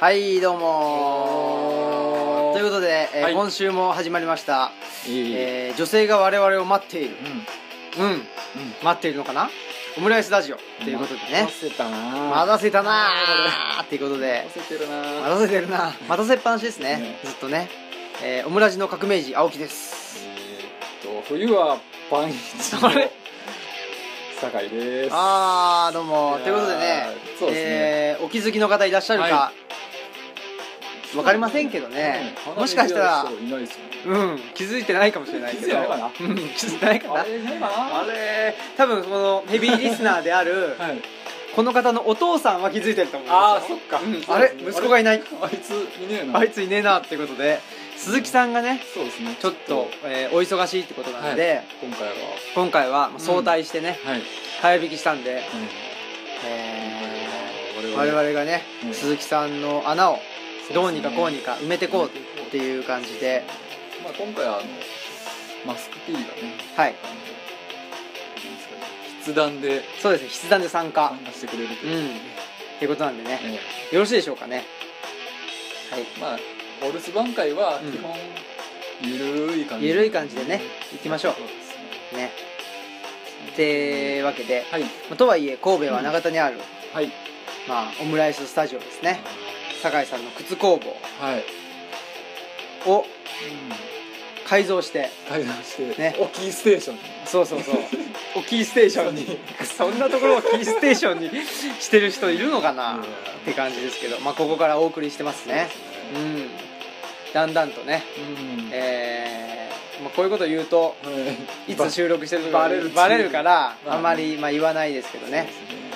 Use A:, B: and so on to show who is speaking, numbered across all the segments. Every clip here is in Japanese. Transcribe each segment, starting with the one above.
A: はいどうもということで、えー
B: はい
A: 今週も始まりました、
B: いい
A: えー女性が我々を待っている
B: うん
A: うん、待っているのかなオムライスラジオということでね
B: 待たせたな
A: 待たせたな
B: あ
A: ーっていうことで
B: 待たせてるな
A: 待たせてるな待たせっぱなしですね
B: ね
A: ずっとね、えーオムラジの革命児青木です
B: えーっと冬はパンイチの
A: あれ
B: 酒井です
A: あーどうも
B: いやー
A: ということでね
B: そうですね
A: えーお気づきの方いらっしゃるか、
B: は
A: わかりませんけどねもしかしたら
B: 花火見てる人いないですよね
A: うん気づいてないかもしれないけど
B: 気づいてないかな
A: うん気づいてないかな
B: あれいないかな
A: あれ多分このヘビーリスナーである
B: はい
A: この方のお父さんは気づいてると思いま
B: あー
A: す
B: そ
A: よ
B: っか
A: うんあれ息子がいない
B: あいついねえな
A: あいついねえなってことで鈴木さんがね
B: そうですね
A: ちょっと、えーお忙しいってことなので、
B: 今回は
A: 今回はまあ早退してね、
B: はい
A: 早引きしたんで、え
B: 我
A: ー
B: 々
A: 我々がね、
B: うん
A: 鈴木さんの穴を
B: ね
A: どうにかこうにか埋めてこうって
B: う
A: いう感じで、
B: まあ今回はあのマスク P がね
A: はい
B: あの筆談で
A: そうですね筆談で参加
B: 参加してくれると
A: う
B: い
A: ん
B: う、
A: っていうことなんでね、
B: え
A: よろしいでしょうかねはい
B: えまあお留守番会は
A: うん
B: 基本ゆるい感じ
A: ゆるい感じでね行きましょう
B: そうですね
A: ねってわけで、
B: はい
A: まあとはいえ神戸は長田にある、
B: はい
A: まあ、オムライススタジオですね酒井さんの靴工
B: はい、
A: 房を改造して
B: 対談して、
A: ね
B: おキーステーションに
A: そうそう そうおキーステーションにそんなところをキーステーションにしてる人いるのかなって感じですけど、まあ、ここからお送りしてますねうんだんだんとね
B: うん
A: えーまあ、こういうこと言うと
B: はい
A: いつ収録してるの
B: バレる
A: バレるから
B: まあ
A: あまりまあ言わないですけどね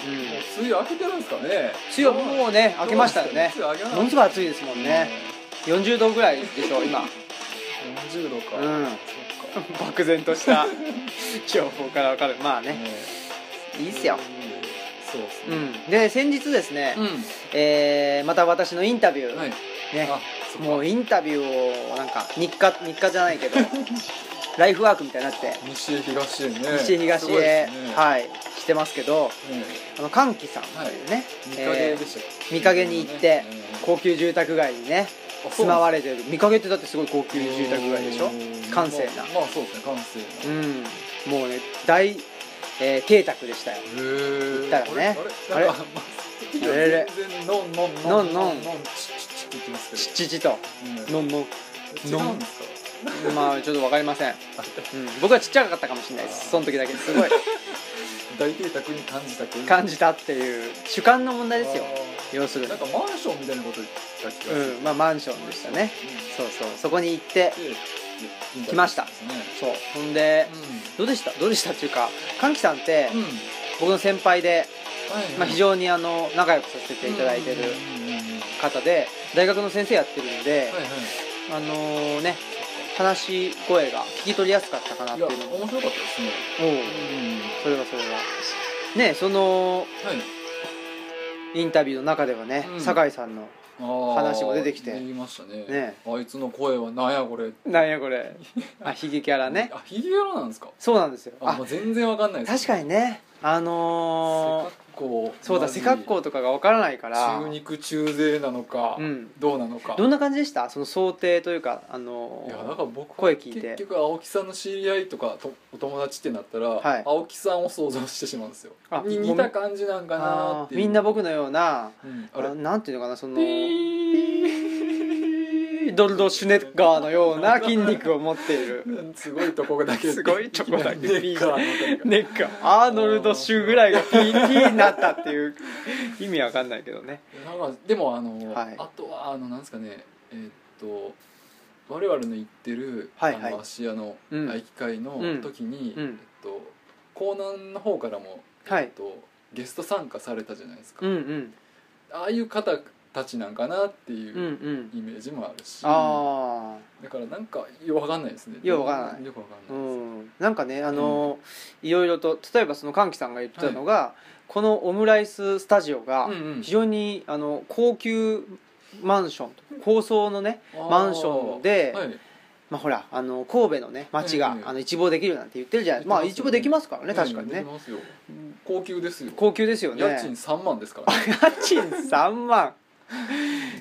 B: そう
A: うん
B: ですねもう梅雨明けてるんですかね
A: 梅雨はもうね明けましたよね
B: どうなんですかね梅雨明けな
A: ものすごい暑いですもんね40度ぐらいでしょ今
B: 40度か、
A: うん
B: そっか
A: 漠然とした 情報からわかるまあね
B: ね
A: いいっすよ
B: そうです
A: う
B: ね
A: んで先日ですね、
B: う
A: えーまた私のインタビュー、
B: はい
A: ね
B: あ
A: もうインタビューをなんか日課日課じゃない けどライフワークみたいになって
B: 西へ東へね
A: 西へ東
B: すごい
A: へ、
B: ですね
A: はいしてますけど
B: ね
A: あの歓喜さんというね、
B: 見
A: えー
B: 影でしたっけ
A: 見影に行って
B: ね
A: 高級住宅街にね
B: あそう
A: 住まわれてる見影ってだってすごい高級住宅街でしょ
B: うん
A: 閑静な
B: まあまあそうですね閑
A: う
B: 静なん
A: もうね大、えー邸宅でしたよ
B: へ
A: 行っ
B: え
A: たらね
B: あれ
A: あ
B: あ
A: れ
B: れ
A: あれれ
B: 全然ノンノン
A: ノンノン
B: ノンチッチッチッって言ってます
A: ちっちと
B: けど
A: のんのん
B: うん
A: ノン
B: 違うんですか
A: まあちょっとわかりません、うん、僕はちっちゃかったかもしれないですその時だけすごい
B: 大邸宅に感じたけど
A: 感じたっていう主観の問題ですよ
B: あ
A: 要する
B: ー
A: に
B: なんかマンションみたいなこと言った気がする
A: うんまあマンションでしたねそうそうそこに行って
B: で
A: 来ました
B: ですね
A: そうほんで
B: う
A: どうでしたどうでしたっていうか歓喜さんって
B: んうん
A: 僕の先輩で、
B: はい
A: まあ、非常にあの仲良くさせていただいてる
B: うんうんうんうん
A: 方で大学の先生やってるんで、
B: はいはい
A: あのね話し声が聞き取りやすかったかなっ
B: い
A: てい
B: や
A: うのもおう
B: 面白かったですね
A: それはそれはねその
B: はい
A: インタビューの中ではね、
B: うん
A: 酒井さんの
B: あー
A: 話も出てきて
B: 出ましたね
A: ね
B: あいつの声はなんやこれ
A: 「なんやこれ」あヒゲキャラね
B: あヒゲ柄なんですか
A: そうなんですよ
B: あ
A: あ
B: もう全然わかんない
A: 確か
B: に
A: にねあのー、そうだ背格好とかがわからないから
B: 中肉中背なのか
A: うん
B: どうなのか
A: どんな感じでしたその想定というかあの
B: い
A: ー
B: やだから僕
A: 声聞いて
B: 結局青木さんの知り合いとかとお友達ってなったら、
A: はい
B: 青木さんを想像してしまうんですよ
A: あ
B: に
A: ごめん
B: 似た感じなんかな
A: あー
B: っていう
A: みんな、僕のような
B: うん、あれ
A: ななんていうのかなその
B: ピー
A: ドルド・シュネッガーのよう な筋肉を持っている
B: すごいとこだけ
A: すごいとこだけ
B: ネッカーのとこが
A: ネッカーアーノルド・シュぐらいが PT になったって いう意味わかんないけどね
B: なんかでもあの、
A: はい
B: あとはあのなんですかねえーっと我々の行ってる、
A: はいはい
B: あの芦屋の
A: うん
B: 愛機会の時に、
A: うんうん
B: えっと、江南の方からも、
A: はい
B: えっと、ゲスト参加されたじゃないですか、
A: うんうん
B: ああいう方たちなんかなってい
A: うんう
B: ううんイメージもあるし、
A: あ
B: だからなんかよくわかんないですね
A: よくわかんない
B: よくわか
A: あうん
B: ないです
A: んなんかねあのーいろいろと例えばその歓喜さんが言ってたのが、このオムライススタジオが
B: うんうん
A: 非常にあの高級マンション高層のね
B: あー
A: マンションで
B: はい
A: まあ、ほらあの神戸のね街が、
B: ええ
A: あの一望できるなんて言ってるじゃないですか、まあ
B: 言ってます
A: 一
B: よね
A: 望できますからね確か
B: うん
A: に
B: 出て
A: ね、
B: ますよ高級ですよ
A: 高級ですよね
B: 家賃3万ですからね
A: 家賃3万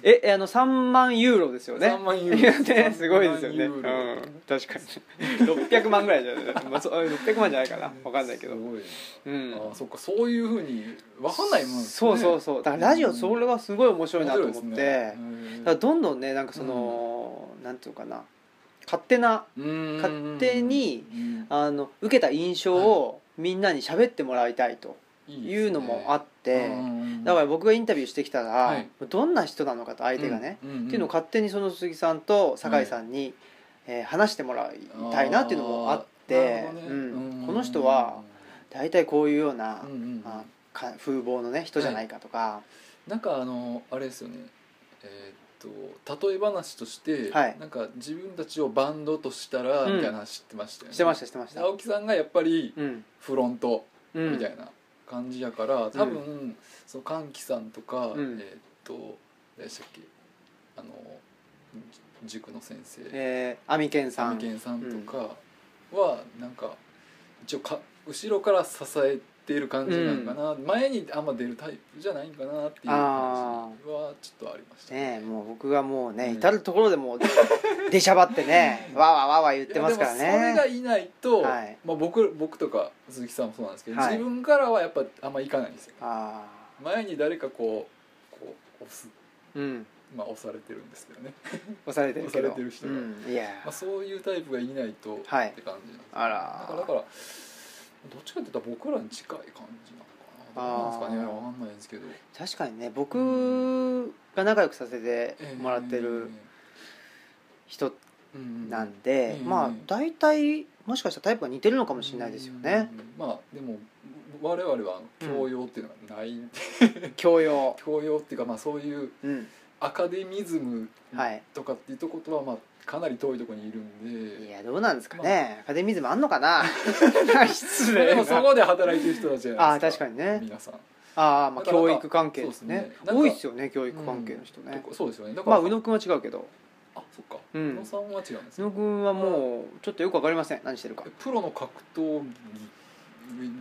A: ええあの3万ユーロですよね
B: 3万ユ
A: いや
B: ーロ
A: ねすごいですよね、
B: 3
A: う
B: 万ユー
A: ん、
B: ロ
A: 確かに600万ぐらいじゃない、まあ、そう600万じゃないかな分かんないけど
B: すごいね
A: うん
B: あーそっかそういうふうに分かんないもんなんですね
A: そうそうそうだからラジオそれがすごい面白いなと思って、
B: 面白い
A: だ
B: で
A: からどんどんねなんかその、なんていうかな勝手な勝手にあの受けた印象をみんなに喋ってもらいたいというのもあ
B: っ
A: って、だから僕がインタビューしてきたら、
B: はい
A: どんな人なのかと相手がね、
B: っ
A: っていうのを勝手にその鈴木さんと酒井さんに、えー話してもらいたいなっていうのもあってうんこの人は大体こういうような、あか風貌のね人じゃないかとか、
B: なんかあのあれですよねえーっと例え話として、
A: はい
B: なんか自分たちをバンドとしたら
A: うん
B: みたいな話してましたよね、
A: してましたしてました。
B: 青木さんがやっぱり
A: うん
B: フロント
A: う
B: み
A: ん
B: たいな感じやから、多分、その歓喜さんとか、
A: うん
B: えーっと何でしたっけあのじ塾の先生
A: えー、アミケンさん
B: 三軒さんとかはなんか一応か後ろから支えてる感じなんかな、前にあんま出るタイプじゃないんかなっていう感じはちょっとありました
A: ねえもう僕がもうね、
B: うん
A: 至る所でもう出しゃばってねわーわーわーわー言ってますから
B: いやでもそれが
A: ね
B: いないと、
A: はい
B: まあ、僕僕とか鈴木さんもそうなんですけど、
A: はい
B: 自分からはやっぱあんまいかないんですよ
A: あ
B: 前に誰かこうこう押す、
A: あうん
B: まあ、押されてるんですけどね、
A: 押されてるけど
B: 押されてる人が
A: うん、いや
B: まあ、そういうタイプがいないとって
A: はい
B: 感じなんですよね
A: あ
B: だからだ
A: ら
B: からどっちかって言ったら僕らに近い感じなのかなどうなんですかね
A: あー
B: わかんないですけど
A: 確かにね僕が仲良くさせてもらってる人なんで、
B: うん
A: まあ大体もしかしたらタイプが似てるのかもしれないですよね、
B: うんまあでも我々は教養っていうのはない、
A: 教養
B: 教養っていうかまあそういう
A: うん
B: アカデミズム
A: はい
B: とかっていうとことはまあかなり遠いところにいるんで
A: いやどうなんですかね、アカデミズムあんのか な失
B: まあ
A: 礼
B: で
A: な
B: もそこで働いてる人たちじゃ
A: あ
B: ない
A: あ
B: で
A: 確
B: す
A: か
B: か
A: にね
B: 皆さん
A: ああまあ
B: だから
A: 教育関係です
B: そう
A: ね
B: ですねなんか
A: 多いっすよね教育関係の人ね
B: と、かそうですよねだか
A: まあ
B: ら
A: 宇野くんは違うけど
B: あそっか
A: う
B: 宇
A: ん
B: 野さんは違うんです
A: 宇野
B: ね
A: くんはもうちょっとよくわかりません何してるか
B: プロの格闘技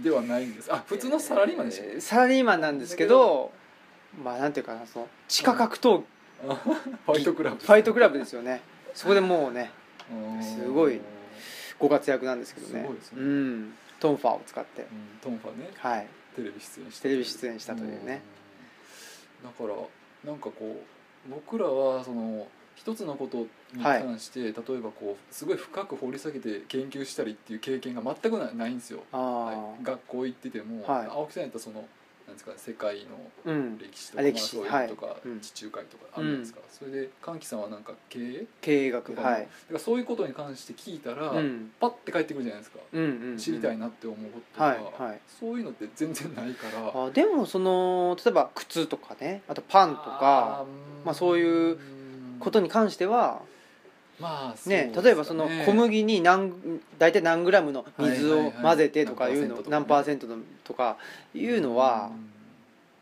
B: ではないんですあ普通のサラリーマンでしょ、
A: えーサラリーマンなんですけどまあなんていうかなその地下格闘
B: ファイトクラブ
A: ファイトクラブですよねそこでもうね
B: うん
A: すごいご活躍なんですけどね
B: すごいですね
A: うんトンファーを使って
B: うんトンファね
A: はい
B: テレビ出演して
A: テレビ出演したというね
B: うんだからなんかこう僕らはその一つのことに関して、例えばこうすごい深く掘り下げて研究したりっていう経験が全くなないんですよ、
A: あ
B: はい、学校行ってても、
A: はい
B: 青木さんやったらそのなんですかね世界の
A: あうん
B: 歴史と
A: あ
B: か、
A: 歴史
B: まあそういうのとか、
A: はいうん
B: 地中海とかあるじゃないですか、それで歓喜さんはなんか経営
A: 経営
B: と
A: 学
B: か,、
A: はい
B: そういうことに関して聞いたら、
A: うん
B: パッて帰ってくるじゃないですか、
A: うんうんうん
B: 知りたいなって思うこととか、
A: はいはい
B: そういうのって全然ないから、
A: あでもその例えば靴とかねあとパンとかまあそういうこととに関しては
B: まあそうです
A: ね
B: か
A: 例えばその小麦に何大体何グラムの水
B: はいは
A: を
B: いはい
A: 混ぜてとかいうの何
B: 何
A: パ
B: パ
A: ー
B: ー
A: セントのとかいうのは
B: うん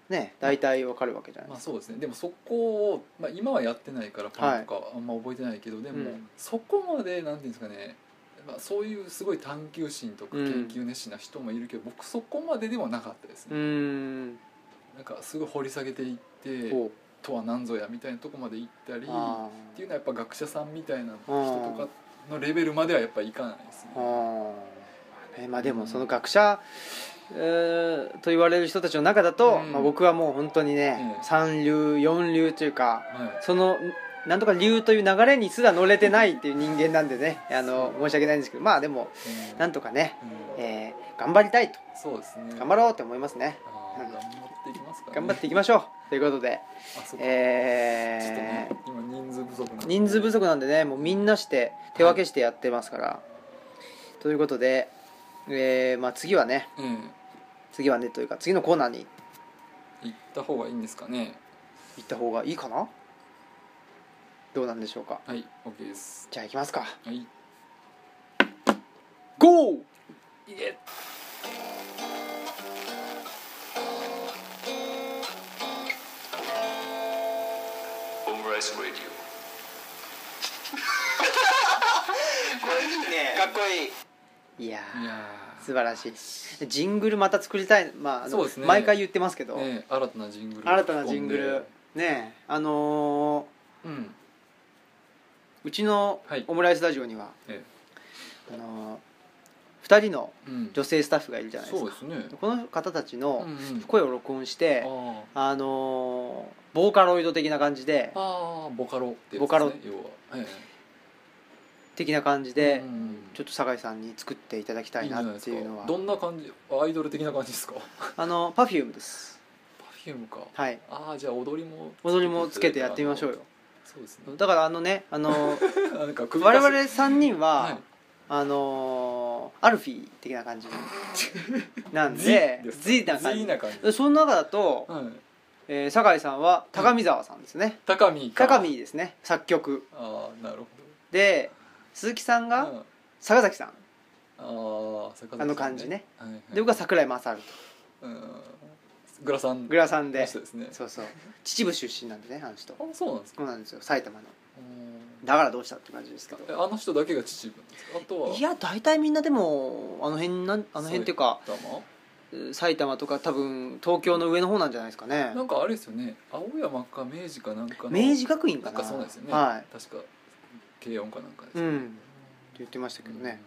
A: ね大体わかるわけじゃない
B: ま
A: で
B: あ
A: す
B: そうですねでもそこを、まあ、今はやってないからパンとかあんま覚えてないけど、でも、
A: うん
B: そこまでなんていうんですかねまあ、そういうすごい探求心とか
A: うん
B: 研究熱心な人もいるけど、僕そこまでではなかったです
A: かう
B: ね、
A: ーん
B: なんかすごい掘り下げていって
A: こう
B: とは何ぞやみたいなとこまで行ったり
A: あ
B: っていうのはやっぱ学者さんみたいな人とかのレベルまではやっぱいかないですね
A: ーあーまあねまあでもその学者えーと言われる人たちの中だと、
B: うん
A: まあ、僕はもう本当にね
B: うん
A: 三流四流というか
B: はい
A: そのなんとか流という流れにすら乗れてないっていう人間なんでねあの申し訳ないんですけどまあでも
B: うん
A: なんとかね、
B: うん
A: えー頑張りたいと
B: そうですね
A: 頑張ろうと思いますね
B: あー頑張っていきますかね
A: 頑張っていきましょうということで、
B: あそうかちょっと
A: え
B: ね
A: ー
B: 今人数不足なんで
A: 人数不足なんでねもうみんなして手分けしてやってますから、ということで、えーまあ、次はね
B: え
A: 次はねというか次のコーナーに
B: え行った方がいいんですかね
A: 行った方がいいかなどうなんでしょうか
B: はい OK です
A: じゃあ行きますか
B: はい
A: ゴー
B: いけ
C: オムライスラデ ィ
A: かっこいいいやー
B: いやー
A: 素晴らしいジングルまた作りたいまああの
B: そうですね
A: 毎回言ってますけど、
B: ねえ新たなジングル
A: 新たなジングルねえあのー
B: うん
A: うちの
B: はい
A: オムライスラジオには、
B: え
A: あの2人の
B: えうん
A: 女性スタッフがいるじゃないです
B: そう
A: か
B: ですね
A: この方たち
B: う
A: の
B: んうん
A: 声を録音して、
B: あ
A: あのーボーカロイド的な感じで
B: あああボカロってやつですね
A: ボカロ
B: 要はえ
A: 的な感じ
B: え
A: で、
B: うんうん
A: ちょっと酒井さんに作っていただきたいなっていうのは
B: んじゃなですかどんな感じアイドル的な感じですか
A: あの Perfume です
B: パフュームか
A: はい
B: ああじゃあ踊りも
A: 踊りもつけてやってみましょうよ
B: そうですね
A: だからあのねあの
B: なんか首か
A: 我
B: し
A: 々3人は、
B: はい
A: あのーアルフィー的な 感じなん
B: Z
A: で
B: です
A: Z な感
B: Z な感じ
A: じその中だと、
B: はい
A: えー酒井さんは高見沢さんですね、
B: 高見か
A: 高見ですね作曲
B: ああなるほ
A: で鈴木さん
B: ど
A: が
B: うん
A: 坂崎さん、
B: ああ坂崎さん
A: あの感じね
B: はいはい
A: で僕は桜井勝る
B: うんグラさん
A: グラさん
B: の
A: で
B: 人ですね
A: そうそう秩父出身なんでねあの人
B: あそうなんですか
A: そうなんですよ埼玉の
B: うん
A: だからどうしたって感じですけど
B: えあの人だけが秩父なんですかあとはい
A: や大体みんなでもあの辺なんあの辺っていうか
B: 埼玉
A: 埼玉とか多分東京の上の方なんじゃないですかね
B: なんかあれですよね青山か明治かなんかの
A: 明治学院か
B: なん
A: な
B: かそうなんですよね、
A: は
B: 確か軽音かなんかです
A: い、う
B: よね
A: んって言ってましたけどね、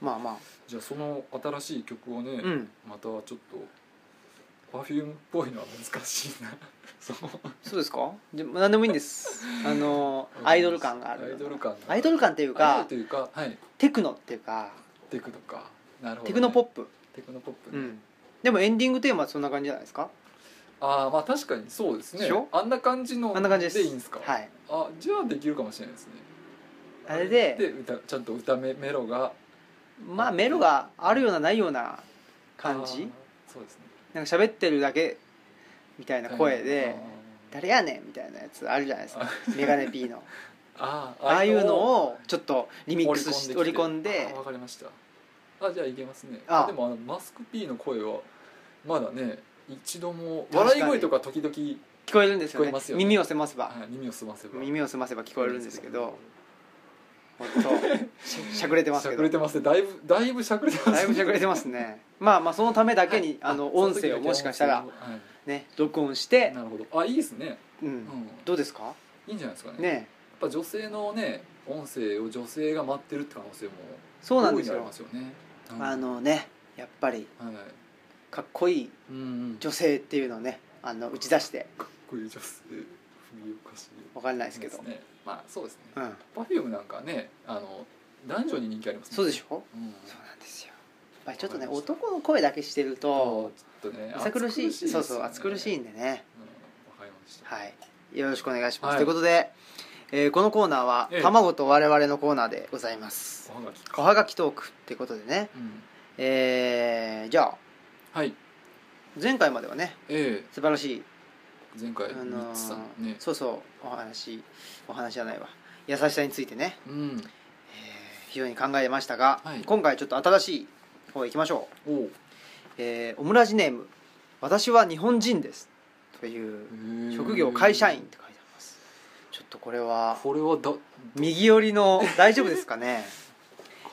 A: まあま
B: うんじゃあその新しい曲をね、
A: あうん
B: またちょっと Perfume っぽいのは難しいな そう
A: そうですかでも何でもいいんです あのアイドル感がある
B: アイドル感が
A: アイドル感っていうか
B: アイドルというかはい
A: テクノっていうか
B: テクノかなるほどね、
A: テクノポップ、
B: テクノポップ
A: う
B: ね、
A: ん、でもエンディングテーマはそんな感じじゃないですか
B: ああまあ確かにそうですね
A: でしょ
B: あんな感じの
A: あんな感じです
B: でいいんですか、
A: はい
B: あじゃあできるかもしれないですね
A: あれで
B: で歌ちゃんと歌めメロが
A: まあメロがあるようなないような感
B: あー
A: じ
B: そうですね
A: なんか喋ってるだけみたいな声で「
B: あー
A: 誰やねん」みたいなやつあるじゃないですかメガネ P の
B: あー
A: ああいうのをちょっとリミックスし織り込ん
B: あ
A: で
B: ーわかりましたあじゃあいけますね
A: あ
B: でもあのマスク P の声はまだね一度も
A: 確か
B: 笑
A: に
B: い声とか時々
A: 聞こえるんですよ
B: 聞こえ
A: ね
B: ますよね
A: 耳を澄ませば
B: あ耳を澄ませば
A: 耳を澄ませば聞こえるんですけどほんとししゃくれてます
B: しゃ
A: け
B: く
A: ど
B: れてますねだいぶだいぶしゃくれてますね
A: だいぶしゃくれてますねまあまあそのためだけにあの音声をもしかしたら
B: は
A: ね録音し
B: い
A: て
B: なるほどあいいですね
A: う
B: うんん
A: どうですか
B: いいんじゃないですかねやっ
A: ね
B: ぱ女性のね音声を女性が待ってるって可能性も
A: そうなんです
B: 大い
A: よ
B: にありますよねうん
A: あのねやっぱり
B: はい
A: かっこいい
B: うんうん
A: 女性っていうのをねあの打ち出して
B: かっこいい女性ふみおかしい
A: わかんないですけど
B: ねまあそうですね
A: うん
B: パフュームなんかねあの男女に人気ありますもんね
A: そうでしょ
B: うん
A: そうなんですよやっぱりちょっとね
B: わかりました
A: 男の声だけしてると
B: ちょっとね
A: 暑苦しい
B: です
A: そうそう暑苦しい
B: うん
A: んでね
B: わかりました
A: はいよろしくお願いします、
B: はい
A: ということで、えーこのコーナーは
B: ええ
A: 卵と我々のコーナーでございます
B: おはがき
A: お
B: か
A: はがきトークっていうことでね
B: うん
A: えーじゃあ
B: はい
A: 前回まではね
B: え
A: 素晴らしい、
B: え前回
A: あ
B: ミ
A: の
B: ッ
A: ー
B: ツさんね
A: そうそうお話お話じゃないわ優しさについてね、
B: うん
A: えー非常に考えましたが、
B: はい
A: 今回ちょっと新しい方行きましょ
B: おう
A: う、えーオムラジネーム「私は日本人です」という職業会社員って書いてありますちょっとこれは
B: これはだ
A: 右寄りの大丈夫ですか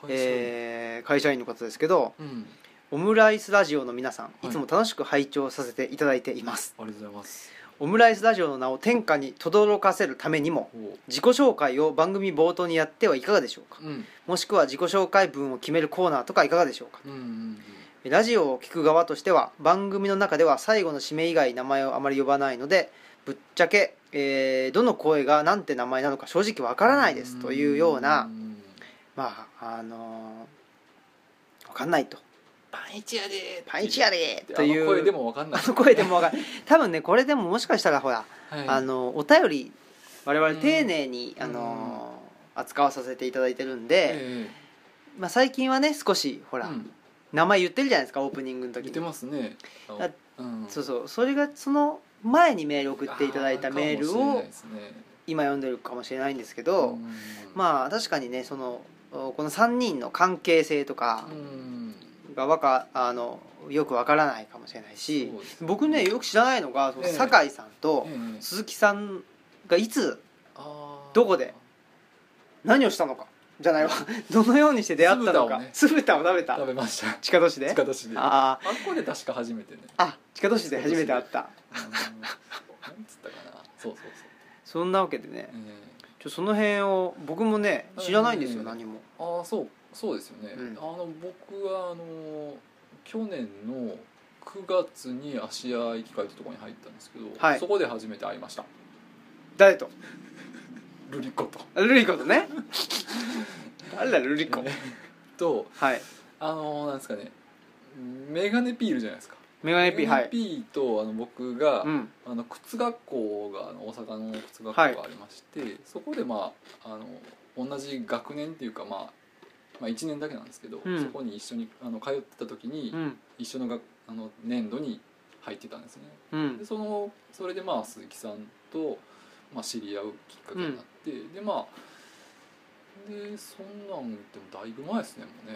A: ね、
B: 会社員
A: えー会社員の方ですけど
B: うん
A: オムライスラジオの皆さん
B: い
A: いつも楽しく拝聴させていただいています、
B: ありがとうございます
A: オムライスラジオの名を天下に轟かせるためにも
B: おう
A: 自己紹介を番組冒頭にやってはいかがでしょうか
B: うん
A: もしくは自己紹介文を決めるコーナーとかいかがでしょうか
B: うんうん
A: ラジオを聞く側としては番組の中では最後の締め以外名前をあまり呼ばないのでぶっちゃけ、えーどの声がなんて名前なのか正直わからないですというようなまああのーわかんないと
B: パンイチやで
A: パンイチやで
B: と
A: と
B: い
A: いうう
B: 声でもわかんない
A: あの声でもわかる多分ねこれでももしかしたらほら、
B: はい
A: あのお便り我々丁寧に、
B: うん
A: あのー扱わさせていただいてるんで、
B: ええ
A: まあ、最近はね少しほら、
B: うん
A: 名前言ってるじゃないですかオープニングの時
B: 似
A: に
B: てますね
A: あ
B: うん
A: そうそうそれがその前にメール送っていただいたメール
B: あかもしれない
A: を
B: ですね
A: 今読んでるかもしれないんですけど、
B: うん
A: まあ確かにねそのおこの3人の関係性とか
B: うん
A: がわかあのよくわからないかもしれないし、
B: そうです
A: 僕ねよく知らないのがその
B: ええ
A: 酒井さんと
B: ええ
A: 鈴木さんがいつ
B: あー
A: どこで何をしたのかじゃないわ どのようにして出会ったのか酢豚を,、食べた
B: 食べました
A: 地下都市で
B: 塚田市であ
A: あ
B: っこで確か初めてね
A: ああ地下都市で初めて会った
B: うんなんつったかなそう
A: そんなわけでね
B: ええ
A: ちょその辺を僕もね知らないんですよ
B: うん
A: 何も
B: ああそうそうですよね、
A: うん
B: あの僕はあの去年の9月に芦屋駅会というところに入ったんですけど、
A: はい
B: そこで初めて会いました
A: 誰と
B: ルリコと。
A: ルリコとね誰だルリコ
B: と
A: はい
B: あのなんですかねメガネピールじゃないですか
A: メガネピーは
B: メガ
A: い
B: ネピーとあの僕が、
A: うん
B: あの靴学校があの大阪の靴学校がありまして、そこでまああの同じ学年っていうか、まあ、まあ1年だけなんですけど、
A: うん
B: そこに一緒にあの通ってた時に、
A: うん
B: 一緒のがあの年度に入ってたんですね
A: う
B: で
A: ん
B: そのそれでまあ鈴木さんと、まあ、知り合うきっかけになって、でまあでそんなんでもだいぶ前ですねもう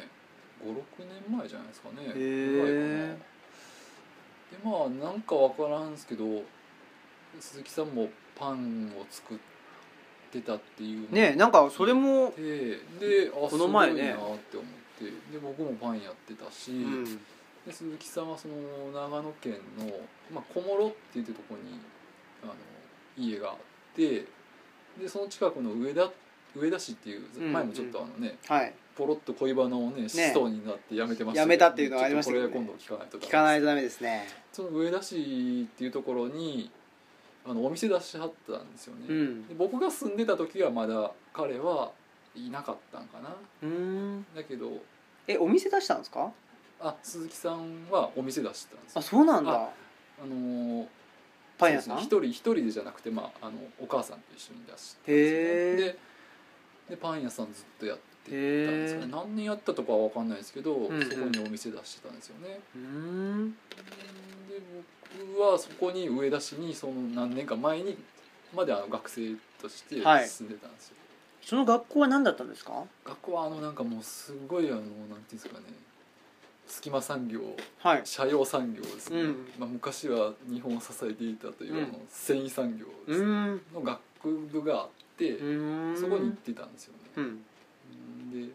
B: ね56年前じゃないですかね
A: へー
B: ぐらいかなでまあなんかわからんすけど鈴木さんもパンを作ってたっていうの
A: ねえなんかそれも
B: でであ
A: この前ね
B: すごいなって思ってで僕もパンやってたし、
A: うん
B: で鈴木さんはその長野県の、まあ、小諸っていうとこにあの家があってでその近くの上田上田市っていう
A: うん
B: 前もちょっとあのね、
A: はい
B: ポロッと恋バナをねしそうになってやめてましたけど
A: やめたっていうのはありましたけどね
B: ちょっとこれは今度聞かないと
A: 聞かない
B: い
A: とダメですね
B: その上田市っていうところにあのお店出しはったんですよね、
A: うん
B: で僕が住んでた時はまだ彼はいなかったんかな
A: うん
B: だけど
A: えお店出したんですか
B: あ鈴木さんはお店出してたんですよ
A: あそうなんだ
B: ああのー
A: パン屋さん
B: そうですね一人一人でじゃなくて、まあ、あのお母さんと一緒に出して
A: へー
B: ででパン屋さんずっとやってたんですよね
A: へー
B: 何年やったとかは分かんないですけど、
A: んうん
B: そこにお店出してたんですよね
A: うん
B: で僕はそこに上田市にその何年か前にまであの学生として
A: はい
B: 住んでたんですよ、
A: その学校は何だったんですか
B: 学校はあのなんかもうすごいあのなんていうんですかね隙間産業
A: はい
B: 社用産業ですね、
A: うん
B: まあ、昔は日本を支えていたというあの繊維産業です
A: う
B: ね、
A: ん
B: の学部があって、
A: うん
B: そこに行ってたんですよ
A: う
B: ね、
A: ん
B: で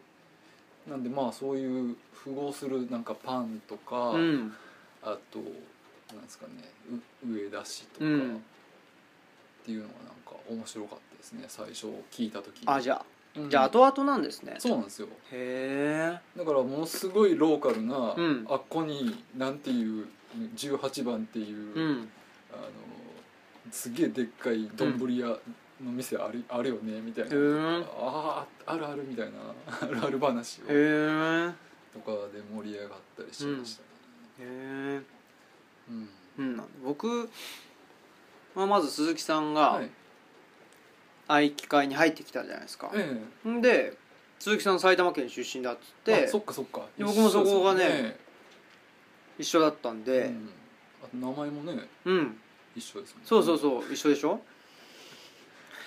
B: なんでまあそういう符合するなんかパンとか、
A: うん
B: あとなんですかねう上田市とか、
A: うん
B: っていうのがなんか面白かったですね最初聞いた時
A: あじゃあ
B: うん
A: じゃあ後々なんですね
B: そうなんですよ
A: へえ
B: だからものすごいローカルな、
A: うん
B: あっこになんていう18番っていう、
A: うん
B: あのすげえでっかい丼屋の店ある,、あるよねみたいな
A: へー
B: あああるあるみたいなあるある話を
A: へえ
B: とかで盛り上がったりしましたね、
A: へえ
B: うん
A: うん僕まあまず鈴木さんが
B: はい
A: 愛機会に入ってきたじゃないですか
B: え
A: んで鈴木さん埼玉県出身だっつっ
B: え
A: て
B: あそっかそっか
A: で僕もそこがね
B: 一緒です
A: 一緒だったん
B: よね
A: で
B: うんあと名前もね
A: うん
B: 一緒ですもんね
A: そうそうそう一緒でしょ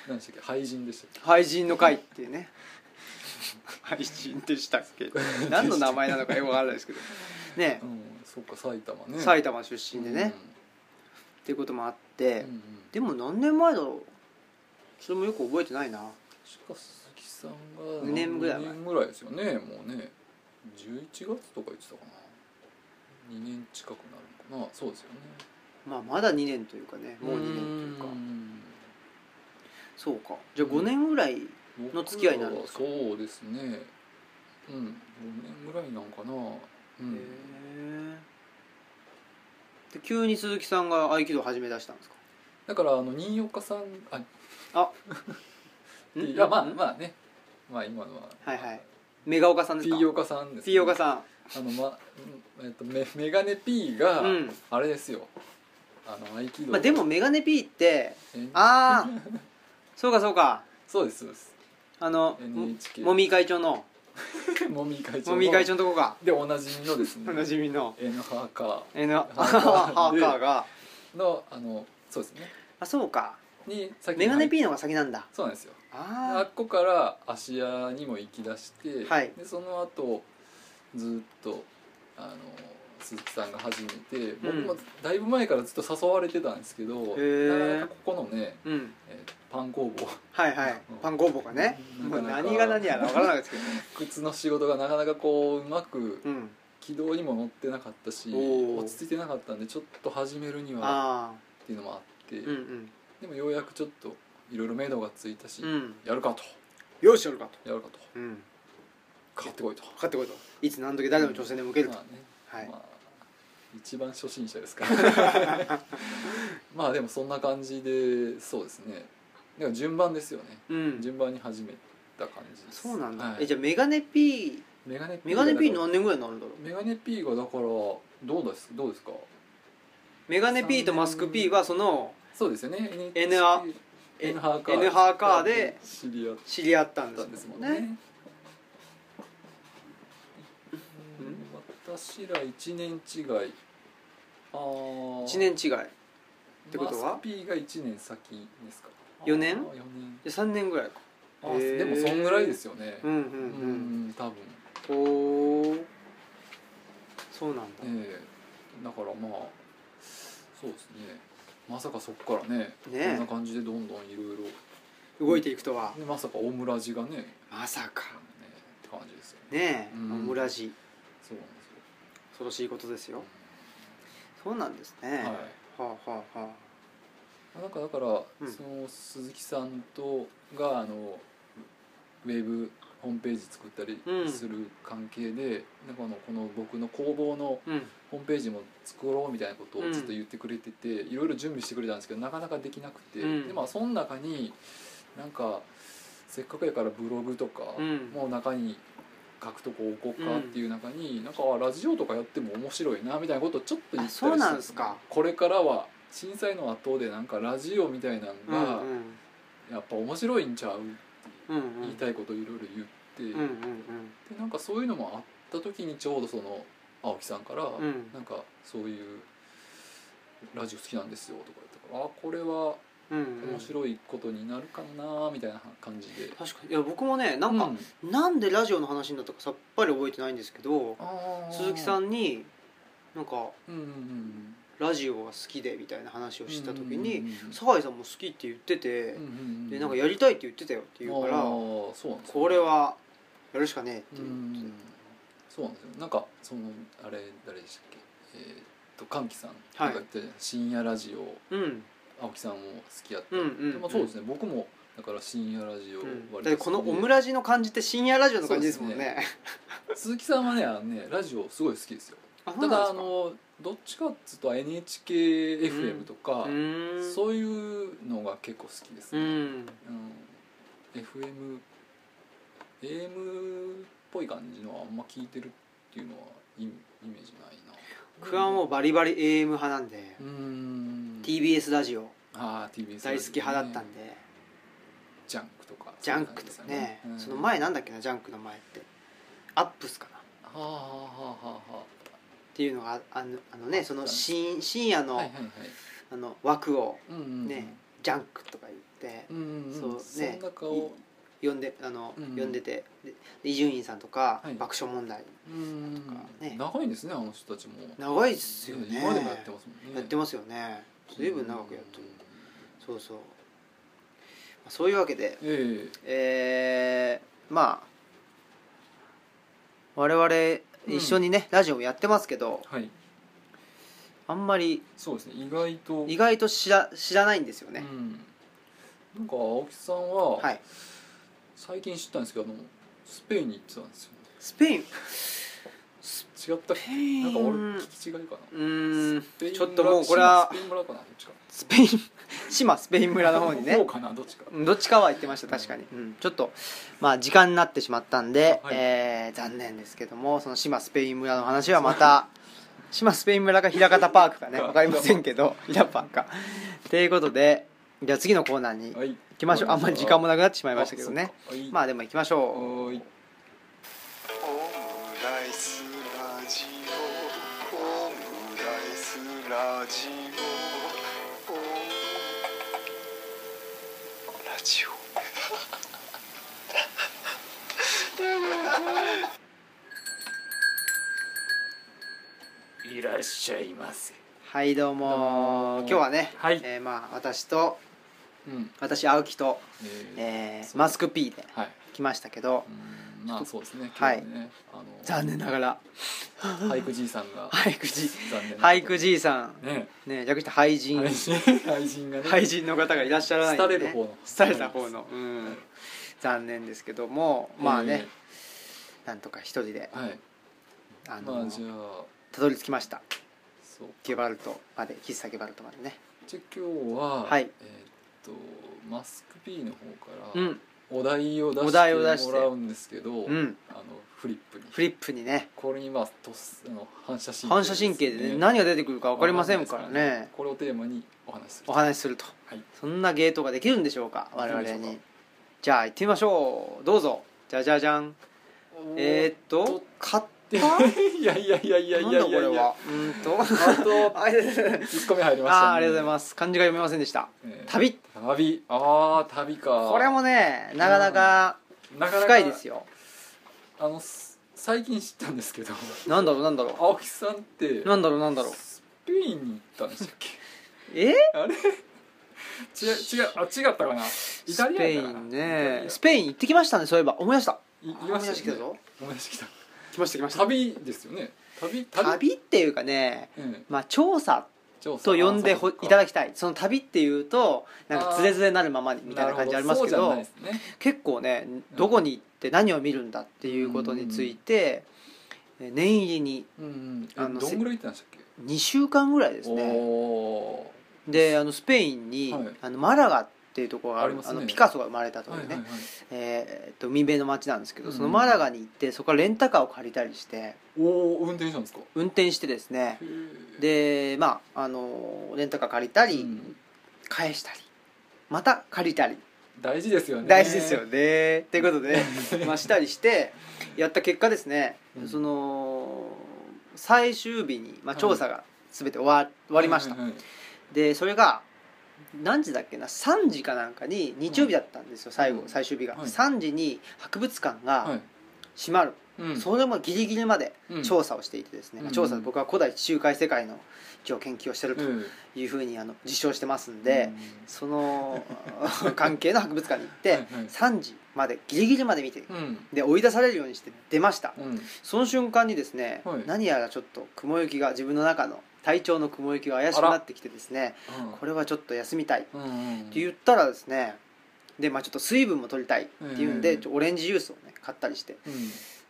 B: 何でしたっけ廃人でしたっ
A: 廃人の会っていう ね廃人でしたっけ何の名前なのかよくわからないですけどね
B: け、うん、そっか埼玉ね
A: 埼玉出身でね、っていうこともあって、
B: うんうんうん
A: でも何年前だろうそれもよく覚えてないな
B: しか鈴木さんが
A: 二年ぐらい前
B: 二年ぐらいですよねもうね11月とか言ってたかな2年近くなるのかなそうですよね
A: まあまだ2年というかねもう2年というか
B: ん
A: そうかじゃあ5年ぐらいの付き合いになるんですか
B: 僕らはそうですねうん5年ぐらいなんかなうん
A: へえで急に鈴木さんが合気道始め出したんですか
B: だからあの新岡さんあ
A: あ
B: いやまあ
A: ん
B: まあねまあ今のは
A: はいはいメガオカさんですか
B: P 岡さんですね
A: P 岡さ
B: あのまうんえっとメメガネ P が
A: うん
B: あれですよあの合気
A: ん、
B: 道
A: まあ、でもメガネ P って
B: え
A: ああ そうかそうか
B: そうですそうです
A: あの
B: NHK
A: もみ会長の
B: もみ会長
A: も
B: の
A: み会長のとこが
B: でおなじみので す
A: お
B: ね
A: なじみの
B: N ハーカ
A: N ハ
B: ハ
A: ー
B: ー
A: カ
B: カ
A: ー
B: ー
A: が
B: ーのあのそうですね
A: あそうか
B: に先
A: メガネ
B: ー
A: P の方が先なんだ
B: そうなんですよあ
A: あ
B: っこから芦屋にも行き出して、
A: はい
B: でその後ずっとあの鈴木さんが始めて僕
A: うん
B: もだいぶ前からずっと誘われてたんですけど、
A: ー
B: なかなかここのね、
A: あうん
B: えーパン工房
A: はいはいパン工房がね
B: うん
A: もう
B: なかなか
A: 何が何やら分からないですけどね
B: 靴の仕事がなかなかこううまく
A: うん
B: 軌道にも乗ってなかったし
A: おー
B: 落ち着いてなかったんでちょっと始めるには
A: ああ
B: っていうのもあって、
A: うんうん
B: でもようやくちょっといろいろ明度がついたし、
A: うん
B: やるかと
A: よしやるかと
B: やるかと
A: うん
B: 買ってこいと
A: かかってこいといつ何時誰でも挑戦でも受けると
B: まあね
A: はい
B: まあ、一番初心者ですから まあでもそんな感じでそうですねだから順番ですよね、
A: うん
B: 順番に始めた感じです
A: そうなんだ
B: はい
A: えじゃあメガネ P
B: メガネ P
A: メガネ P
B: がだから
A: 何年ぐらいになるんだろう
B: メガネ P がだからどうですどうですか
A: メガネ P とマスク P はその
B: そうですよね
A: N ハ
B: N ハーカー
A: N ハーカーで
B: 知り合っ
A: 知り合ったん
B: たん
A: で
B: ですす
A: も
B: も
A: ん
B: ん
A: ね
B: ねうん私ら一年違いああ
A: 1年違いってことは
B: マスピーが1年先ですか
A: 四年
B: あー四年
A: で3年ぐらいか
B: あ
A: へー
B: ーでもそんぐらいですよね
A: うんう
B: うんん多分
A: うんおおそうなんだ
B: ええだからまあそうですねまさかそこからね
A: ね
B: こんな感じでどんどんいろいろ
A: 動いていくとは
B: でまさかオムラジがねね
A: まさか
B: って感じですよね
A: ねえオ
B: うん
A: ムラジ
B: そうなんですよ
A: 恐ろしいことですよそうなんですね
B: はい
A: はあはあは
B: なんかだから、
A: うん
B: その鈴木さんとがあのウェブホームページ作ったり
A: うん
B: する関係で、なんかあのこの僕の工房の
A: あうん
B: ホームページも作ろうみたいなこと
A: う
B: を
A: ん
B: ずっと言ってくれてて、いろいろ準備してくれたんですけどなかなかできなくて、
A: うん
B: でまあその中になんかせっかくやからブログとか
A: うん
B: もう中に書くとこ置こうかっていう中に、なんかあラジオとかやっても面白いなみたいなことをちょっと言ったり
A: あ
B: し
A: そうなんす
B: て
A: か
B: これからは震災の後でなんかラジオみたいな
A: うん
B: のがやっぱ面白いんちゃう
A: うんうん
B: 言いたいこといろいろ言って、
A: うんうんうん
B: でなんかそういうのもあった時にちょうどその青木さんから、
A: ん
B: なんかそういう「ラジオ好きなんですよ」とか言ったからあこれは
A: うんうん
B: 面白いことになるかなみたいな感じで、
A: 確かにいや僕もねなん
B: う
A: か、なんでラジオの話になったかさっぱり覚えてないんですけど
B: あー
A: 鈴木さんになんか
B: うんうんうん
A: ラジオが好きでみたいな話をした時
B: う
A: に
B: んうんうん
A: 酒井さんも好きって言ってて、
B: うんうんうん
A: でなんかやりたいって言ってたよって言うから
B: あーそうなんですよ
A: これはやるしかねえ
B: う
A: っていうんことで
B: そうなんですよなんかそのあれ誰でしたっけえーっと歓喜さんとか言ってたじゃん深夜ラジオ
A: うん
B: 青木さんも好きやった、
A: うんうん
B: でまあ、そうですね僕もだから深夜ラジオ
A: うんだっ
B: 割と好きで
A: てこのオムラジの感じって深夜ラジオの感じですもんね
B: 鈴木さんはねあのねラジオすごい好きですよ
A: あそうな
B: た
A: んで
B: だ
A: すか
B: あのどっちかっつうと
A: うん
B: NHKFM とか
A: う、ーん
B: そういうのが結構好きです
A: う
B: ね、
A: ん
B: うん、FMAM っぽい感じのはあんま聞いてるっていうのはイメイメージないな
A: クワンもバリバリ AM 派なんで、
B: うーん
A: TBS ラジオ
B: あー TBS
A: 大好き派だったんで、
B: ジャンクとか
A: ジャンクとかね、
B: うん
A: その前なんだっけなジャンクの前ってアップスかなっ
B: はあはあはあは
A: ていうのがああのあの
B: あ
A: ね
B: った
A: そ
B: ん
A: の
B: です
A: 深深夜
B: あ
A: の,、
B: はいはいはい
A: あの枠を
B: うんうんうん
A: ねジャンクとか言って
B: うんうんうん
A: そうね
B: そんな顔
A: 呼んであの、
B: うん
A: 呼んでてで伊集院さんとか、
B: はい
A: 爆笑問題
B: うん
A: とかね
B: 長いんですねあの人たちも
A: 長いっすよね
B: 今でもやってますもんね
A: やってますよね随分長くやっとる、そうそう、まあ、そういうわけで
B: え
A: えーまあ我々一緒にね、ラジオもやってますけど
B: えはい
A: あんまり
B: そうですね意外と
A: 意外と知ら知らないんですよ
B: う
A: ね、
B: ん、なんか青木さんは、
A: はい
B: 最近知ったんですけどあのスペインに行ってたんです
A: スペイン
B: よ違ったっ
A: ス
B: け
A: ペイン
B: なんか俺
A: う
B: 聞き違いかな
A: ーん
B: スペイン村
A: ちょっともうこれは
B: スペイン村かなどっちか
A: スペイン島スペイン村の方に
B: ど
A: ね
B: うかなどっちか
A: うんどっちかは言ってました確かに、うん、ちょっとまあ時間になってしまったんで、
B: はい
A: えー残念ですけどもその島スペイン村の話はま た島スペイン村か枚方パークかね
B: か
A: 分かりませんけど平パーかということでじゃあ次のコーナーに行
B: はい行
A: きましょうあんまり時間も
B: なく
A: なくなってしまいましたけどねまあでも行きまし
B: あ
A: ょ
B: はい
C: オムライスラジオオムライスラジオオムラジオ
B: いらっしゃいませ
A: うはいどうも
B: どうも
A: 今日はね、
B: はい
A: えーまあ私と
B: うん
A: 私青木と、
B: えー
A: えー
B: そう
A: マスク P で
B: はい
A: 来ましたけど
B: うんまあそうですね今
A: は
B: 日
A: い
B: ねあ
A: 残念ながら
B: の俳句じいさんが
A: 俳句じ
B: 残念なこと
A: 俳句じいさん
B: ね
A: ね略して俳人
B: 俳人 俳 人がね
A: 俳人の方がいらっしゃらないんで、ね、
B: 廃れる方の
A: 廃れた方のうん残念ですけどもまあね、なんとか一人で
B: えーはい
A: あ
B: まあ
A: の
B: じゃあ
A: たどり着きました
B: そう
A: ゲバルトまで喫茶ゲバルトまでね
B: じゃあ今日は、
A: はい
B: えーっとマスク P の方から、
A: うん
B: お題を出
A: お題を出
B: し
A: してて
B: もらうんですけど、
A: うん
B: あのフリップに
A: フリップにね
B: これにまあとっすあの反射神経
A: 反射神経でね何が出てくるか分かりませんから
B: わかんないです
A: ね
B: これをテーマにお話しする
A: お話しすると
B: はい
A: そんなゲートができるんでしょうか我々
B: できるんでしょう
A: に
B: か
A: じゃあ行ってみましょうどうぞじゃじゃじゃんえー、っと買ったなんだ
B: ー、いやいやいやいやいやいや
A: これ
B: いや
A: はうーんと
B: あと
A: あ
B: ツッコミ入りました、
A: あーありがとうございます漢字が読めませんでした
B: す、えー、
A: 旅
B: 旅ああ旅か
A: これもねなかなか
B: なかなか
A: 深いですよ
B: あのす最近知ったんですけど
A: なんだろうなんだろ
B: 青木さんって
A: うなんだろうなんだろう
B: スペインに行ったんでしたっけ
A: え
B: あれ違う違うあ違ったかなイタ
A: ス
B: リア
A: ペイ
B: やったかな
A: ン
B: イタ
A: ね
B: リア
A: スペイン行ってきましたねそういえば思い出した
B: い行きましたよね
A: ぞ
B: 思い出してきた
A: 来ました来ま
B: 旅ですよね旅
A: 旅っていうかね
B: うん
A: まあ調査
B: 調査
A: と呼んでほい
B: あそうか
A: ただきたいその旅っていうとなんかズレズレなるままにみたいな感じありますけど
B: なるほそうじゃないですね
A: 結構ねどこに行って何を見るんだっていうことについて、え念入りに
B: うんうんえ
A: あの
B: どんぐらい行ってたんでしたっ
A: 2週間ぐらいで
B: け
A: すね
B: おー
A: であのスペインに、
B: はい
A: あのマラガっていうところがあ
B: あり
A: る
B: ます
A: あ
B: ね
A: のピカソが生まれたとこ
B: は
A: ろ
B: い
A: ね、
B: はいはい
A: えーっと海辺の町なんですけどその
B: うん
A: マラガに行ってそこからレンタカーを借りたりして
B: おお運転したんですか
A: 運転してですね
B: へー
A: でまああのレンタカー借りたり、
B: うん
A: 返したりまた借りたり
B: 大事ですよね
A: 大事ですよねということ でまあしたりしてやった結果ですね、
B: うん
A: その最終日に、まあ、調査が全て終わ,、終わりました、
B: はいはいはい
A: でそれが何時だっけな3時かなんかに日曜日だったんですよ、最後
B: うん
A: 最終日が、
B: はい
A: 3時に博物館
B: は
A: が
B: い
A: 閉まる、
B: うん
A: それもギリギリまで
B: うん
A: 調査をしていてですね、
B: うん
A: まあ調査で僕は古代地中海世界の一応研究をしてると
B: うん
A: いうふうにあの実証してますんで、
B: うん
A: その 関係の博物館に行って、
B: はいはい
A: 3時までギリギリまで見て
B: うん
A: で追い出されるようにして出ました
B: うん
A: その瞬間にですね、
B: はい
A: 何やらちょっと雲行きが自分の中の体調の雲行きが怪しくなってきてですねこれはちょっと休みたいって
B: うん
A: 言ったらですねでまあちょっと水分も取りたいっていうんで、
B: うん
A: ちょオレンジジュースをね買ったりして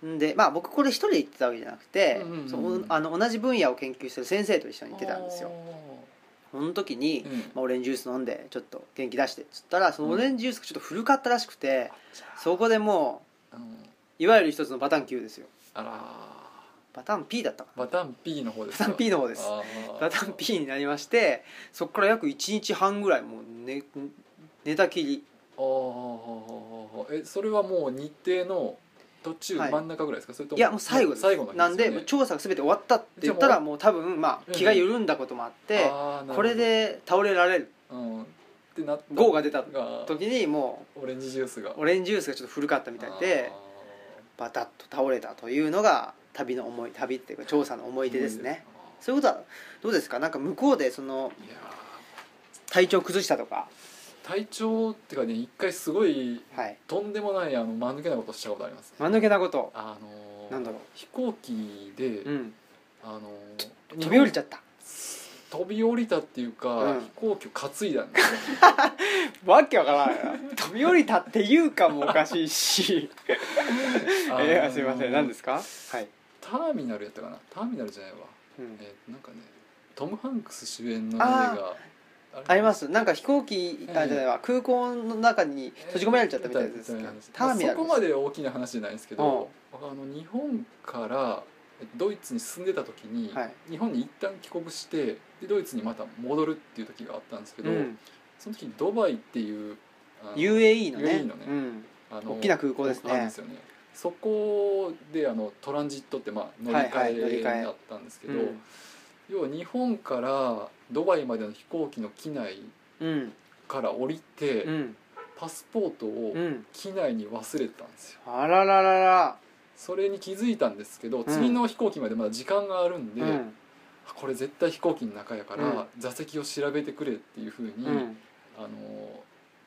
B: うん
A: んでまあ僕これ一人で行ってたわけじゃなくて、
B: うんうんうん
A: そのあの同じ分野を研究してる先生と一緒に行ってたんですよその時に、
B: うん
A: まあ、オレンジジュース飲んでちょっと元気出してっつったらそのオレンジジュースがちょっと古かったらしくて、そこでも
B: うん
A: ういわゆる一つのパターン9ですよ
B: あら
A: パターン P だったか
B: ーバタン P の方で
A: な
B: す
A: パターン P の方
B: で
A: ですパターン P になりましてそこから約1日半ぐらいもう寝寝たきり
B: あーえそれはもう日程の途中
A: はい
B: 真ん中ぐらいですか、それとも
A: いやもう最後です
B: 最後の日
A: なんで
B: よね
A: 調査が全て終わったって言ったらもう多分まあ気が緩んだこともあって
B: あーなるほど
A: これで倒れられる
B: うんってなった
A: ゴーが出た
B: が
A: 時にも
B: オレンジジュースが
A: うオレンジジュースがちょっと古かったみたいでバタッと倒れたというのが旅の思い旅っていうか調査の思
B: あー
A: い出ですねそういうことはどうですかなんか向こうでその
B: いや
A: 体調崩したとか
B: ー体調っていうかね一回すごい
A: はい
B: とんでもないあの間抜けなことしたことあります、
A: 間抜けなこと
B: あのー
A: なんだろう
B: 飛行機で、
A: うん
B: あのー
A: 飛び降りちゃった
B: 飛び降りたっていうか、
A: うん
B: 飛行機を担いだんですよ
A: わけわからんよ 飛び降りたっていうかもおかしい し
B: あ
A: え
B: の
A: ーすいません何ですかはい、
B: ターミナルやったかなターミナルじゃないわ、
A: うん
B: えーなんかねトム・ハンクス主演の映画あ
A: ありますすなんか飛行機
B: え
A: あ
B: え
A: じゃないわ空港の中に閉じ込められちゃったみたいですけどターミナル
B: そこまで大きな話じゃないんですけど、あの日本からドイツに住んでた時に、
A: はい
B: 日本に一旦帰国してでドイツにまた戻るっていう時があったんですけど、
A: うん、
B: その時にドバイっていうあの
A: UAE のね
B: UAE のね
A: うん、
B: あ
A: 大きな空港ですね
B: あるんよねそこであのトランジットって、まあ、乗り
A: はいはい乗り
B: 換
A: 換え
B: えだったんですけど、
A: うん
B: 要は日本からドバイまでの飛行機の機内
A: うん
B: から降りて、
A: うん
B: パスポートを
A: うん
B: 機内に忘れてたんですよ
A: あらららら、
B: それに気づいたんですけど次の飛行機までまだ時間があるんで、
A: うん
B: あこれ絶対飛行機の中やから、
A: うん
B: 座席を調べてくれっていうふうに、
A: うん
B: あの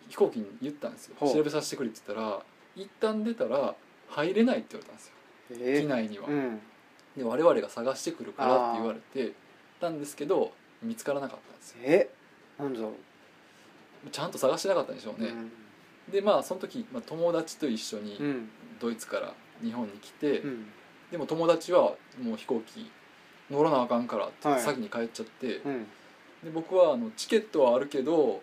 B: 飛行機に言ったんですよ
A: ほう
B: 調べさせてくれって言ったら一旦出たら入れないって言われたんですよ
A: え
B: 機内には、
A: ーうん
B: で我々が探してくるからって言われてたんですけど見つからなかったんですよ
A: えなんだろ
B: ちゃんと探してなかったんでしょう
A: う
B: ね、でまあその時、まあ、友達と一緒
A: うんう
B: に
A: ん
B: ドイツから日本に来て、
A: うん
B: でも友達はもう飛行機乗らなあかんからって
A: はい
B: 先に帰っちゃって、
A: うん
B: で僕はあのチケットはあるけど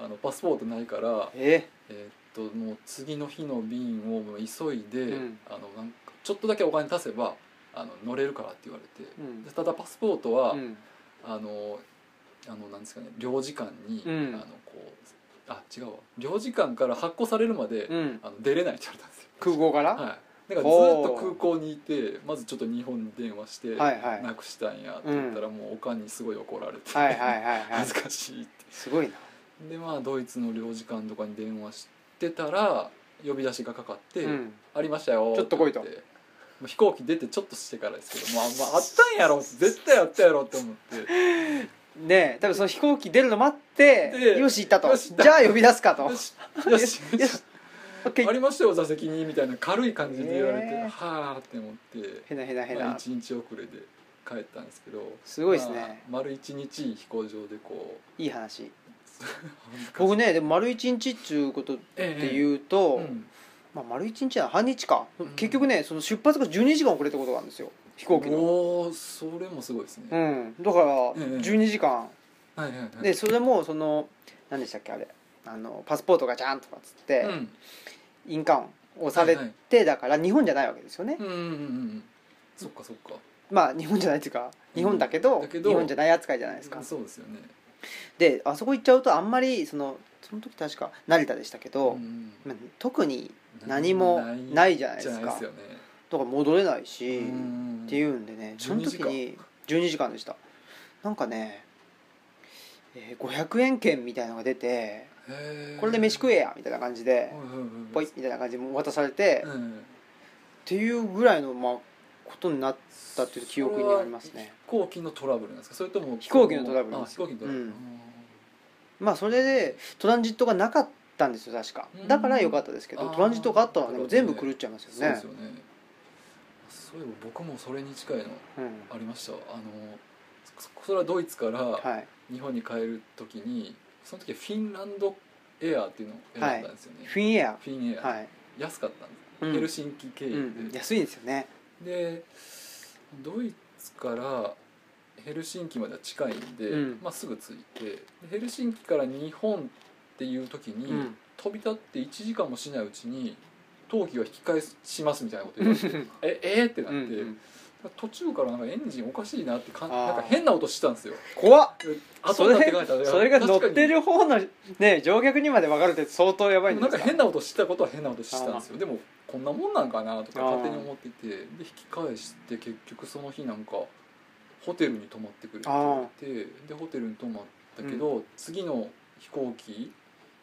B: あのパスポートないから、
A: え
B: えーっともう次の日の便をもう急いで、
A: うん
B: あのなんかちょっとだけお金足せばあの乗れるからって言われて、
A: うん
B: でただパスポートは、
A: うん
B: あのあのなんですかね領事館に、
A: うん
B: あのこうあ違うわ領事館から発行されるまで、
A: うん
B: あの出れないって言われたんですよ
A: 空港から
B: はい、だからずっと空港にいてまずちょっと日本に電話して「
A: はいはい
B: なくしたんや」って言ったら、もうおかんにすごい怒られて、
A: はいはいはいはい
B: 恥ずかしいって
A: すごいな
B: でまあドイツの領事館とかに電話してたら呼び出しがかかって「
A: うん
B: ありましたよ」
A: ちょっと来いと
B: て言ってもう飛行機出てちょっとしてからですけどもうあ,、まあ、あったんやろ絶対あったやろって思って
A: ねえ多分その飛行機出るの待って
B: で
A: よし行ったと
B: よし行った
A: じゃあ呼び出すかと
B: よしよし
A: よしオッケ
B: あ
A: ー
B: りましたよ座席にみたいな軽い感じで言われて、
A: へえ
B: はあって思って。
A: へなへなへ
B: まあ、
A: な
B: 1日遅れで帰ったんですけどす
A: すごいですね
B: 丸1日飛行場でこ
A: いい話
B: う
A: 僕ねでも丸一日っちゅうことって
B: う
A: いうと、
B: ん
A: まあ、丸一日は半日か、
B: うん
A: 結局ねその出発が12時間遅れたことがあるんですよ飛行機の、
B: おーそれもすごいです
A: う
B: ね、
A: ん、だから
B: ええ
A: 12時間、
B: はいはいはい
A: でそれもその何でしたっけあれあのパスポートがじゃんとかっつって、
B: うん
A: 印鑑をされて、
B: はい
A: だから日本じゃないわけですよね、
B: うんうんうんうんそっかそっか
A: まあ日本じゃないっていうか日本だけど,、
B: うんだけど
A: 日本じゃない扱いじゃないですか、
B: そうですよね
A: であそこ行っちゃうとあんまりそのその時確か成田でしたけど、
B: ん
A: まあ特に何もないじゃないですか
B: じゃないですよね
A: だから戻れないし、
B: うん
A: っていうんでねその時に12時間でしたなんかね、えー500円券みたいなのが出て
B: へー
A: これで飯食えやみたいな感じで
B: うんうんうん
A: ポイみたいな感じで渡されてっ
B: うん
A: ていうぐらいのまあことになったっていう記憶にありますね
B: 飛行機のトラブルなんですかそれとも
A: 飛行機のトラブル
B: あ飛行機のトラブル、
A: うんまあそれでトランジットがなかったんですよ確か
B: うん
A: だから良かったですけど
B: あー
A: トランジットがあったら
B: な
A: で
B: るほ
A: も
B: ど
A: 全
B: ね
A: 部狂っちゃいますよ
B: そうで
A: ね
B: すよねそういえば僕もそれに近いの
A: うん
B: ありましたあのそそれはドイツから
A: はい
B: 日本に帰る時に、その時はフィンランドエアーっていうのを選んだんですよね、
A: フィンエア
B: フィンエア、
A: はい
B: 安かったんです、
A: うん
B: ヘルシンキ経由
A: うん
B: で、
A: 安いんですよね
B: でドイツからヘルシンキまでは近いんで、
A: うん
B: まあ、すぐ着いてでヘルシンキから日本っていう時に、
A: うん
B: 飛び立って1時間もしないうちに陶器が引き返しますみたいなこと 言われて ええーってな
A: う
B: っ
A: ん
B: て、
A: うん
B: 途中からなんかエンジンおかしいなってかん
A: あー
B: なんか変な音したんですよ
A: 怖っ
B: 後
A: それ
B: になって考えたら
A: それが乗っ
B: 確かに
A: てる方のね乗客にまで分かるって相当やば
B: で
A: いん
B: も
A: じゃな
B: なんか
A: いです
B: 変な音したことは変な音したんですよでもこんなもんなんかなとか
A: あー
B: 勝手に思っててで引き返して結局その日なんかホテルに泊まってくれって言われてでホテルに泊まったけど、次の飛行機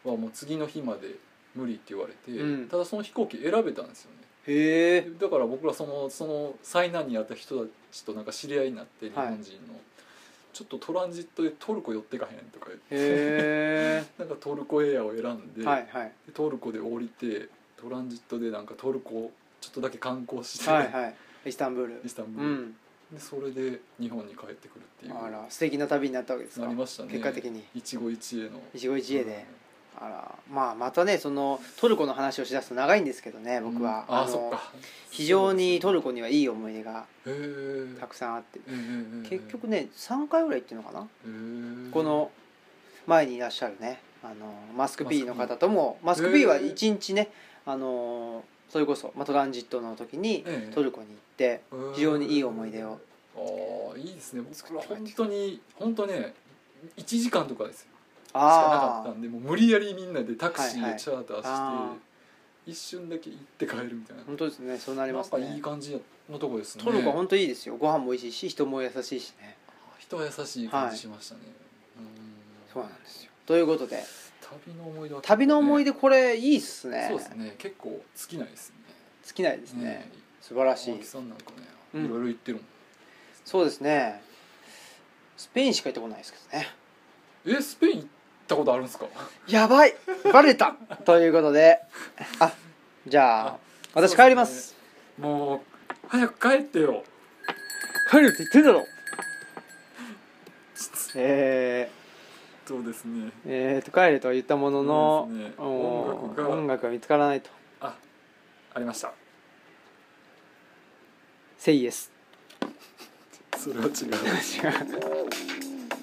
B: はもう次の日まで無理って言われて、
A: うん
B: ただその飛行機選べたんですよね
A: かへえ
B: でだから僕らそのその災難に遭った人たちとなんか知り合いになって日本人の、
A: はい
B: ちょっとトランジットでトルコ寄ってかへんとか言って
A: へ
B: なんかトルコエアを選ん
A: え
B: で,で、
A: はいはい
B: トルコで降りてトランジットでなんかトルコをちょっとだけ観光して、
A: はいはいイスタンブール
B: イスタンブ
A: う
B: ール、
A: ん
B: でそれで日本に帰ってくるっていう
A: あら素敵な旅になったわけですか
B: なりましたね
A: 結果的に
B: 一期一会の
A: 一期一会で、あらまあまたねそのトルコの話をしだすと長いんですけどね
B: うん
A: 僕は、
B: ああ
A: の
B: そっか
A: 非常にトルコにはいい思い出が
B: へえ
A: たくさんあって
B: ええ
A: 結局ね3回ぐらい行ってるのかな、
B: ええ
A: この前にいらっしゃるねあのマスク B の
B: マスク B
A: 方ともマスク B
B: へー
A: は一日ねあのそれこそ、まあ、トランジットの時に
B: ええ
A: トルコに行って非常にいい思い出を
B: ああいいですね僕ら本当に本当ね1時間とかですよしかなか
A: あ
B: った
A: あ
B: んでもう無理やりみんなでタクシ
A: はいは
B: ーで
A: い
B: チャーターして、
A: あ
B: 一瞬だけ行って帰るみたいな、
A: 本当ですねそうなり
B: な
A: ま
B: ん
A: す
B: かいい
A: ね
B: 感じのとこですね
A: トルコは本当いいですよご飯も美味しいし人も優しいしね
B: 人は優しい感じしましたね、うん
A: そうなんですよということで
B: 旅の思い出は
A: 旅の思い
B: 出
A: 出これいいっすね
B: そうですね結構尽きないですね
A: 尽きないですね素晴らし
B: 青
A: い
B: 木さんなんかね、
A: うん
B: いろいろ言ってるもん
A: そうですねスペインしか行ってこないですけどね
B: えスペインたことあるんですか
A: やばいバレたということであじゃあ私帰ります
B: もう早く帰ってよ
A: 帰るって言ってんだろえー
B: そうですね
A: えー、と帰るとは言ったものの、
B: そうですね
A: お
B: 音楽
A: ー
B: が
A: 音楽が見つからないと
B: あありました
A: 「セイエス
B: それは違う
A: 違う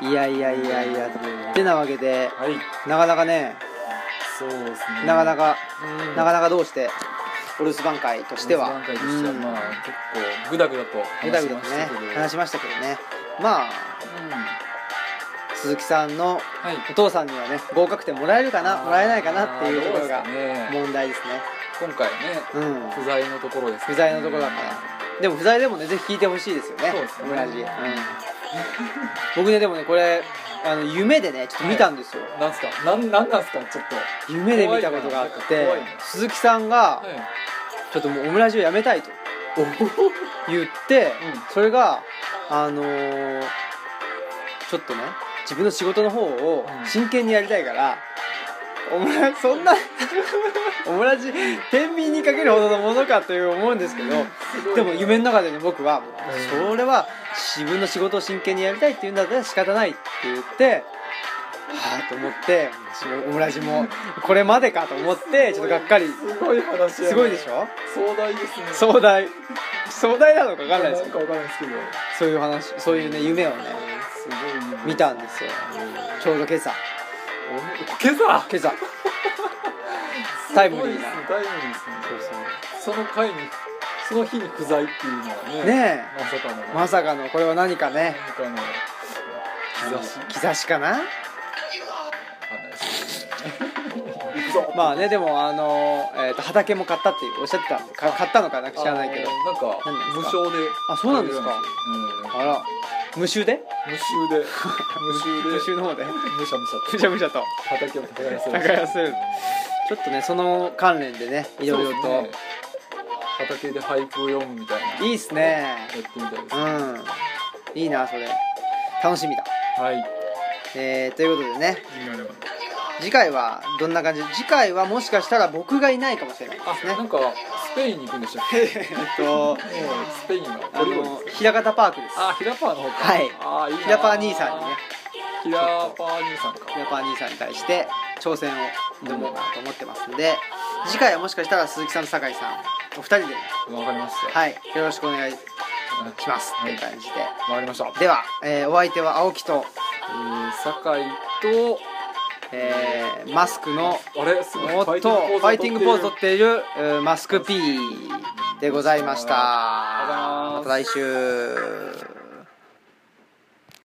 A: いやいやいやいやってなわけで
B: はい
A: なかなかね
B: そうですね
A: なかな
B: か
A: か、
B: うん
A: なかなかどうしてお留守番会としては
B: 段階としては
A: うん
B: まあ結構グダグダと
A: ぐだぐ
B: 話し
A: だ
B: ま
A: と
B: した
A: ね
B: けど
A: 話しましたけどねまあ
B: うん
A: 鈴木さんの
B: はい
A: お父さんにはね合格点もらえるかなもらえないかなっていうところ
B: あ
A: が
B: ーどうですかね
A: 問題ですね
B: 今回ね
A: うん
B: 不在のところですね
A: 不在のところだからでも不在でもねぜひ聞いてほしいですよね
B: そうですね
A: 同じ、うん、僕ねでもねこれあの夢でねちょっと見たんですよ、
B: なんすかなんなんなんすかちょっと
A: 夢で見たことがあっ
B: 怖い
A: て
B: な怖いな
A: 鈴木さんが
B: はい
A: ちょっともうオムラジをやめたいと言って、
B: うん
A: それがあのーちょっとね自分の仕事の方を
B: うん
A: 真剣にやりたいから、オムラそ んなオムラジ天秤にかけるほどのものかという思うんですけどでも夢の中でね僕は
B: ん
A: それは自分の仕事を真剣にやりたいって言うんだったら仕方ないって言ってはあと思ってオムラジもこれまでかと思ってちょっとがっかり
B: すごい話やね
A: すごいでしょ
B: 壮大ですね
A: 壮大壮大なのか分かんないです
B: な
A: け
B: んか
A: ど
B: わかんないですけど
A: そういう話そういうね夢をね
B: すごい夢
A: 見たんですよちょうど今朝
B: お今朝
A: 今朝タイムリーな
B: すごいですねタイムリーですね
A: そうそ
B: その回にその日に不在っていうの
A: う
B: はね
A: ね
B: まさかの
A: えまさかのこれは何かね
B: なんかの兆し
A: 兆しかな
B: 話ですね
A: まあねでもあの、えーと畑も買ったっておっしゃってたんでか買ったのかな知らないけど
B: あのなんか
A: 何ですか
B: 無償で
A: あそうなんですか
B: うん
A: あら無臭で
B: 無臭で無
A: 無
B: 臭で
A: 臭の 方で
B: むしゃむしゃ
A: む
B: と
A: しゃむしゃと
B: 畑を耕せる
A: 耕せるちょっとねその関連でねいろいろ
B: そうです
A: と
B: ね畑で俳句を読むみたいなやって
A: いいっすね
B: みたいです
A: う
B: ね
A: んいいなそれ楽しみだ
B: はい
A: えーということでね次回はどんな感じ次回はもしかしたら僕がいないかもしれないで
B: あ
A: す
B: な
A: ね
B: んかスペインに行くんでしたっけ
A: えっと
B: スペインは
A: あの平方パークです
B: あ平パーの方か
A: はい
B: あいいな
A: 平パー兄さんにね
B: 平パー兄さんか
A: 平パー兄さんに対して挑戦を挑もうかなと思ってますんで次回はもしかしたら鈴木さんと酒井さんお二人でね
B: わかりました
A: はいよろしくお願いし
B: いし
A: ますっ
B: は
A: て
B: い
A: いう
B: わ
A: 感じ
B: かりました
A: ででは、えーお相手は青木と、
B: えー酒井と
A: えーマスクの
B: あれすごい
A: おっとファイティングポーズ
B: を
A: を取
B: 取っ
A: っているえーマスク P でございました
B: ありがとうございます
A: また来週